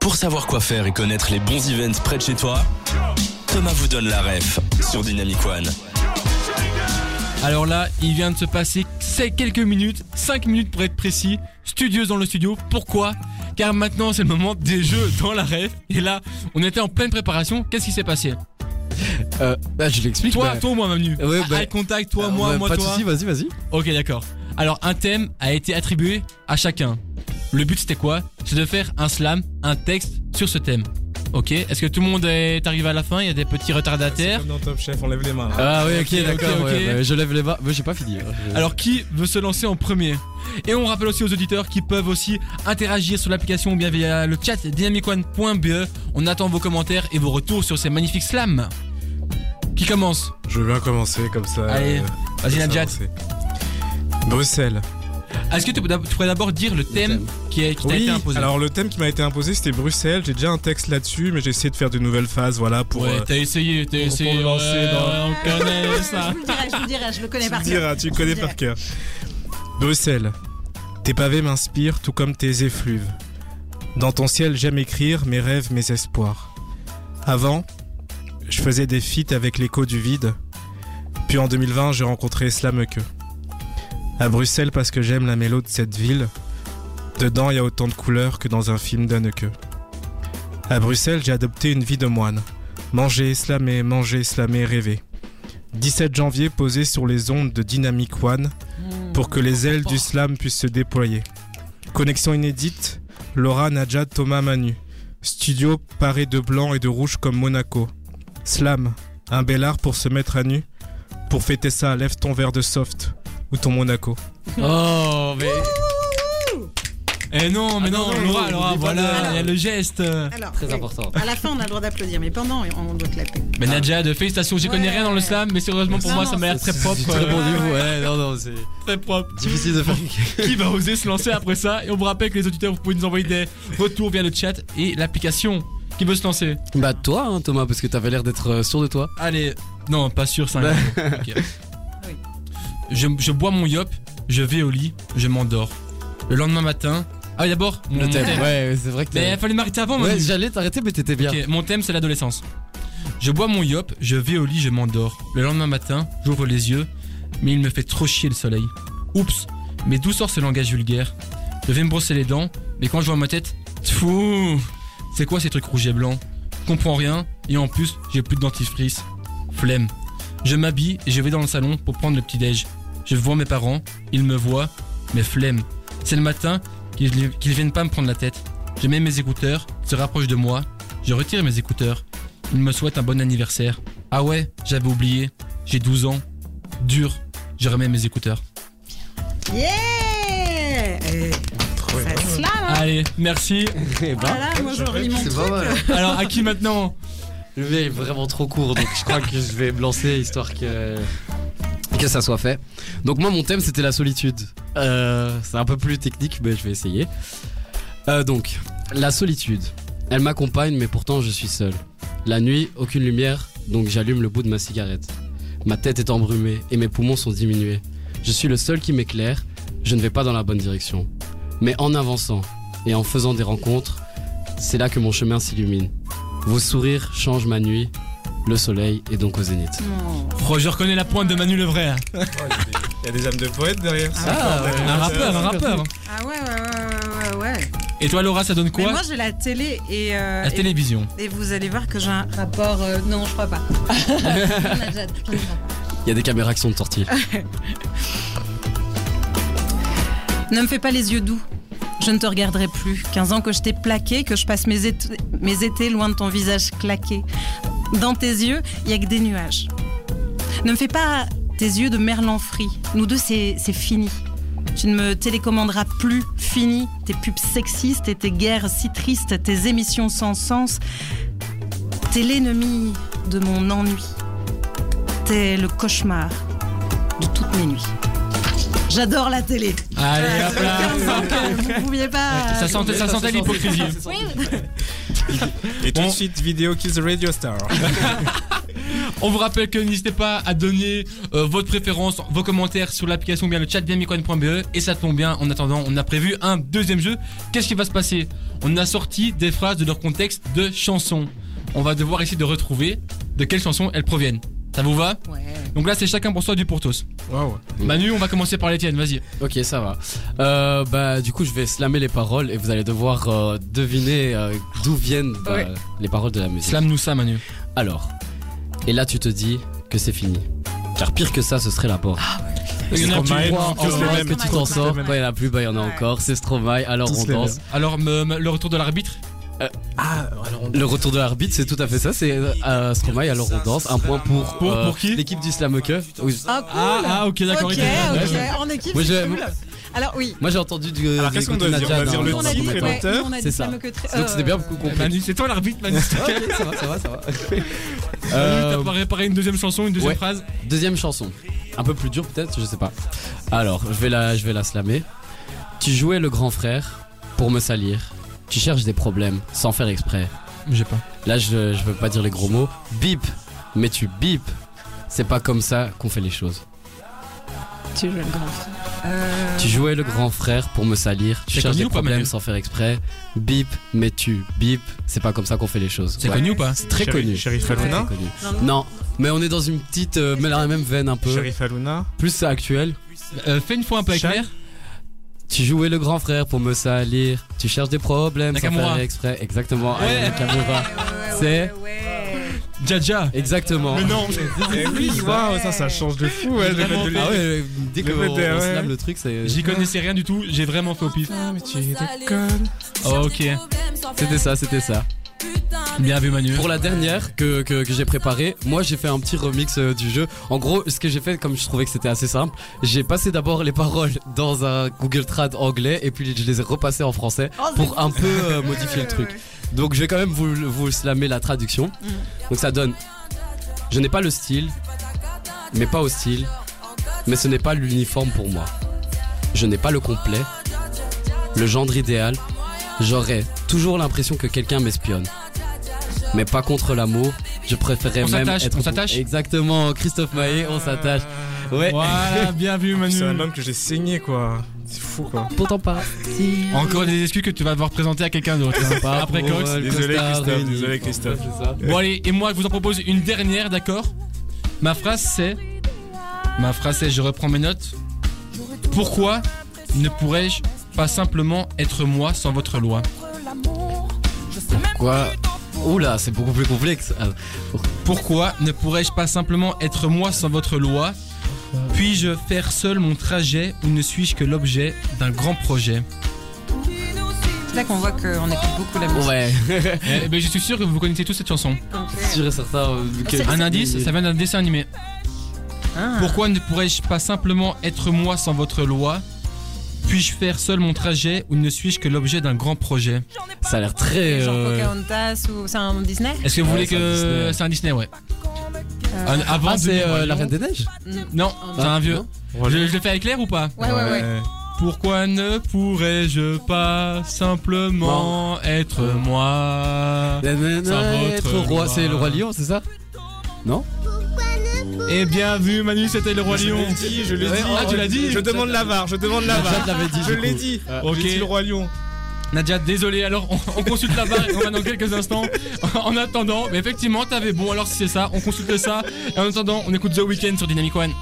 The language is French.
Pour savoir quoi faire et connaître les bons events près de chez toi, Thomas vous donne la ref sur Dynamic One. Alors là, il vient de se passer c'est quelques minutes, 5 minutes pour être précis, studieuse dans le studio. Pourquoi Car maintenant, c'est le moment des jeux dans la ref. Et là, on était en pleine préparation. Qu'est-ce qui s'est passé Euh, bah, je l'explique. Toi, bah, toi ou moi, Manu Ah, Ouais, bah- Eye contact, toi, euh, moi, ouais, moi, Pas de toi. soucis, vas-y, vas-y. Ok, d'accord. Alors, un thème a été attribué à chacun. Le but, c'était quoi C'est de faire un slam, un texte sur ce thème. Ok, est-ce que tout le monde est arrivé à la fin Il y a des petits retardataires Comme dans Top Chef, on lève les mains. Ah oui, ok, ok, d'accord. ok. Euh, ouais, bah, je lève les bras. Mais j'ai pas fini. hein. Je- Alors qui veut se lancer en premier Et on rappelle aussi aux auditeurs qui peuvent aussi interagir sur l'application ou bien via le chat dynamicone.be. E. On attend vos commentaires et vos retours sur ces magnifiques slams. Qui commence Je veux bien commencer comme ça. Allez, euh, vas-y, comme ça, Nadjat. on sait. Bruxelles. Est-ce que tu, peux d'ab- tu pourrais d'abord dire le thème qui, est- qui t'a été imposé alors le thème qui m'a été imposé c'était Bruxelles. J'ai déjà un texte là-dessus, mais j'ai essayé de faire de nouvelles phases, voilà, pour. Ouais, euh, t'as essayé, t'as pour- essayé. pour me lancer ouais, dans- On connaît Je ça. vous le dirai, je vous le dirai, je le tu connais me par cœur. diras, tu Je connais vous par dirai. cœur. Bruxelles. Tes pavés m'inspirent tout comme tes effluves. Dans ton ciel, j'aime écrire mes rêves, mes espoirs. Avant, je faisais des feats avec l'écho du vide. Puis en 2020, j'ai rencontré Slameke. À Bruxelles, parce que j'aime la mélodie de cette ville. Dedans, il y a autant de couleurs que dans un film d'Anneke. À Bruxelles, j'ai adopté une vie de moine. Manger, slammer, manger, slammer, rêver. 17 janvier, posé sur les ondes de Dynamic One Hmm. pour que les ailes du slam puissent se déployer. Connexion inédite, Laura, Nadja, Thomas, Manu. Studio paré de blanc et de rouge comme Monaco. Slam, un bel art pour se mettre à nu. Pour fêter ça, lève ton verre de soft ou ton Monaco. Oh, mais. Eh non, mais non, Ah non, non, Laura, non, Laura, oublie pas voilà, de- il y a le geste. Alors, Très oui. important. À la fin, on a le droit d'applaudir, mais pendant, on doit clapper. Mais Nadja, de félicitations, j'y connais Ouais. rien dans le slam, mais sérieusement pour Non, moi, non, ça m'a l'air très C'est- propre. c'est Très euh, bon niveau. Ouais, non, non, c'est très propre. difficile de faire. qui va oser se lancer après ça. Et on vous rappelle que les auditeurs, vous pouvez nous envoyer des retours via le chat et l'application. Qui veut se lancer bah toi, hein, Thomas, parce que t'avais l'air d'être euh, sûr de toi. Allez, non, pas sûr, Bah. 5 Oui. je, je bois mon yop, je vais au lit, je m'endors. Le lendemain matin. Ah, oui, d'abord, mon Le thème. thème. Ouais, ouais, c'est vrai que. Mais t'as- il fallait m'arrêter avant, Ouais, Manu. j'allais t'arrêter, mais t'étais bien. Ok, mon thème, c'est l'adolescence. Je bois mon yop, je vais au lit, je m'endors. Le lendemain matin, j'ouvre les yeux, mais il me fait trop chier le soleil. Oups, mais d'où sort ce langage vulgaire Je vais me brosser les dents, mais quand je vois ma tête, tfou C'est quoi ces trucs rouges et blancs Je comprends rien, et en plus, j'ai plus de dentifrice. Flemme. Je m'habille et je vais dans le salon pour prendre le petit-déj. Je vois mes parents, ils me voient, mais flemme. C'est le matin qu'ils qu'ils viennent pas me prendre la tête. Je mets mes écouteurs, ils se rapprochent de moi, je retire mes écouteurs. Il me souhaite un bon anniversaire. Ah ouais, j'avais oublié. J'ai 12 ans. Dur. Je remets mes écouteurs. Yeah Eh, Ça slame, hein Allez, merci. Eh ben, Voilà, moi, je relis mon c'est truc. pas mal. Alors, à qui maintenant Le V est vraiment trop court, donc je crois que je vais me lancer histoire que. Que ça soit fait. Donc, moi, mon thème, c'était la solitude. Euh, c'est un peu plus technique, mais je vais essayer. Euh, donc, la solitude. Elle m'accompagne, mais pourtant, je suis seul. La nuit, aucune lumière, donc j'allume le bout de ma cigarette. Ma tête est embrumée et mes poumons sont diminués. Je suis le seul qui m'éclaire, je ne vais pas dans la bonne direction. Mais en avançant et en faisant des rencontres, c'est là que mon chemin s'illumine. Vos sourires changent ma nuit. Le soleil est donc au zénith. Non. Oh, je reconnais la pointe de Manu Levray. Il y a des âmes de poète derrière. Ah, ouais. Un rappeur, un rappeur. Ah ouais, ouais, ouais, ouais, ouais, ouais. Et toi, Laura, ça donne Mais quoi moi, j'ai la télé et, euh, La et- télévision. et vous allez voir que j'ai un rapport... euh, non, je crois pas. On a déjà- je ne crois pas. Il y a des caméras qui sont de sortie. Ne me fais pas les yeux doux. Je ne te regarderai plus. 15 ans que je t'ai plaqué, que je passe mes, étés- mes étés loin de ton visage claqué. Dans tes yeux, il n'y a que des nuages. Ne me fais pas tes yeux de merlan frit. Nous deux, c'est c'est fini. Tu ne me télécommanderas plus, fini. Tes pubs sexistes et tes guerres si tristes, tes émissions sans sens. T'es l'ennemi de mon ennui. T'es le cauchemar de toutes mes nuits. J'adore la télé. Allez, hop là. Vous pouviez pas. Ça sentait, Ah, ça sentait l'hypocrisie. Oui, Et tout Bon. de suite, vidéo Kiss the Radio Star. On vous rappelle que n'hésitez pas à donner euh, votre préférence, vos commentaires sur l'application ou bien le chat bienmicroine.be E. et ça tombe bien. En attendant, on a prévu un deuxième jeu. Qu'est-ce qui va se passer On a sorti des phrases de leur contexte de chansons. On va devoir essayer de retrouver de quelles chansons elles proviennent. Ça vous va Ouais. Donc là, c'est chacun pour soi du Portos. Waouh. Oui. Manu, on va commencer par les tiennes, Vas-y. Ok, ça va. Euh, bah, du coup, je vais slammer les paroles et vous allez devoir euh, deviner euh, d'où viennent bah, Ouais. les paroles de la musique. Slam nous ça, Manu. Alors, et là, tu te dis que c'est fini. Car pire que ça, ce serait la porte. Il y en a Stromae, plus. Tous En les vrai, mêmes, que tu tous t'en les sors, mêmes. quand il y en a plus, bah, il y en a Ouais. encore. C'est Stromae, alors Tous on les danse. Alors, me- me- le retour de l'arbitre Ah, alors on Le retour de l'arbitre, c'est tout à fait ça. C'est euh, Stromae, alors on danse. Un point pour, Pour- euh, pour qui L'équipe du Slamoke. Oui. Ah, cool. Ah, ah, ok, d'accord. ok, il est- ok. ouais. En équipe, Moi, c'est j'ai- cool. Alors oui. Moi j'ai entendu du. Alors, du qu'est-ce qu'on doit Gotenna dire On va Jan, dire hein, le dans on un a dit, titre, premier et temps. ouais. nous, on a dit C'est ça. ça. me que très- Donc c'était euh, bien beaucoup compris. Manu, c'est Euh, toi l'arbitre, Manu. Ok, ça va, ça va, ça va. Euh... Euh, T'as pas réparé une deuxième chanson, une deuxième ouais. phrase deuxième chanson. Un peu plus dure peut-être, je sais pas. Alors, je vais la, je vais la slammer. Tu jouais le grand frère pour me salir. Tu cherches des problèmes sans faire exprès. J'ai pas. Là, je, je veux pas dire les gros mots. Bip, mais tu bip. C'est pas comme ça qu'on fait les choses. Tu joues le grand frère. Euh, Tu jouais le grand frère pour me salir. Tu C'est cherches connu des ou pas, problèmes Manu sans faire exprès. Bip, mais tu bip. C'est pas comme ça qu'on fait les choses. C'est Ouais. connu ou pas C'est très Sheri- connu. Sheriff Très, très Aluna connu. non, non. Non, mais on est dans une petite, euh, mais dans la même veine un peu. Sheriff Aluna. Plus actuelle. Euh, Fais une fois un peu Chat. éclair. Tu jouais le grand frère pour me salir. Tu cherches des problèmes Nakamura. sans faire exprès. Exactement. Ouais. Ayana Nakamura. C'est Jaja. exactement. non, mais Eh oui, waouh, ça, ça change de fou, ouais, le mec de Ah l'é- ouais, dès que Le on, on modèle, ouais. slame le truc, c'est. J'y connaissais rien du tout, j'ai vraiment fait au pif. Ah, mais tu déconnes. Ok. C'était ça, c'était ça. Bien vu Manu. Pour la dernière que, que, que j'ai préparée, moi j'ai fait un petit remix euh, du jeu. En gros, ce que j'ai fait, comme je trouvais que c'était assez simple, j'ai passé d'abord les paroles dans un Google Trad anglais et puis je les ai repassées en français pour un peu euh, modifier le truc. Donc je vais quand même vous, vous slammer la traduction. Donc ça donne Je n'ai pas le style, mais pas hostile, mais ce n'est pas l'uniforme pour moi. Je n'ai pas le complet, le genre idéal. J'aurais toujours l'impression que quelqu'un m'espionne. Mais pas contre l'amour, je préférais On même s'attache, être on s'attache Exactement, Christophe Maé, on s'attache. Ouais. Voilà, bien vu Manu. C'est un homme que j'ai saigné, quoi. C'est fou, quoi. Pourtant pas. Encore des excuses que tu vas devoir présenter à quelqu'un d'autre. hein. Après Cox. Désolé, Christophe, désolé, Christophe. Bon allez, et moi je vous en propose une dernière, d'accord Ma phrase c'est... Ma phrase c'est, je reprends mes notes. Pourquoi ne pourrais-je pas simplement être moi sans votre loi Quoi Oula, c'est beaucoup plus complexe. Ah, Pourquoi ne pourrais-je pas simplement être moi sans votre loi Puis-je faire seul mon trajet ou ne suis-je que l'objet d'un grand projet C'est là qu'on voit qu'on écoute beaucoup la musique. Ouais, Eh ben je suis sûr que vous connaissez tous cette chanson. Ok. sûr et certain. euh, que- Un indice, ça vient d'un dessin animé. Ah. Pourquoi ne pourrais-je pas simplement être moi sans votre loi Puis-je faire seul mon trajet ou ne suis-je que l'objet d'un grand projet Ça a l'air très. Genre euh, Pocahontas ou c'est un Disney Est-ce que vous voulez Ouais, c'est un que Disney. c'est un Disney ouais Euh, Un- Avant Ah, c'est 2000, euh, ouais, la non. Reine des Neiges Non, c'est un vieux. Non Je, je le fais avec l'air ou pas Ouais, ouais, ouais. Pourquoi ne pourrais-je pas simplement être moi Nanana, votre être roi, loi. c'est le roi lion, c'est ça Eh bien vu Manu, c'était le roi Je lion. l'ai dit, je l'ai Ouais, dit. ah, tu l'as dit Je demande la VAR, je demande la Nadja VAR. te l'avait dit. Je du l'ai coup. dit. Ok. J'ai dit le roi lion. Nadia, désolé, alors on, on consulte la barre et on va dans quelques instants. En attendant, mais effectivement, t'avais bon, alors si c'est ça, on consulte ça. Et en attendant, on écoute The Weeknd sur Dynamic One.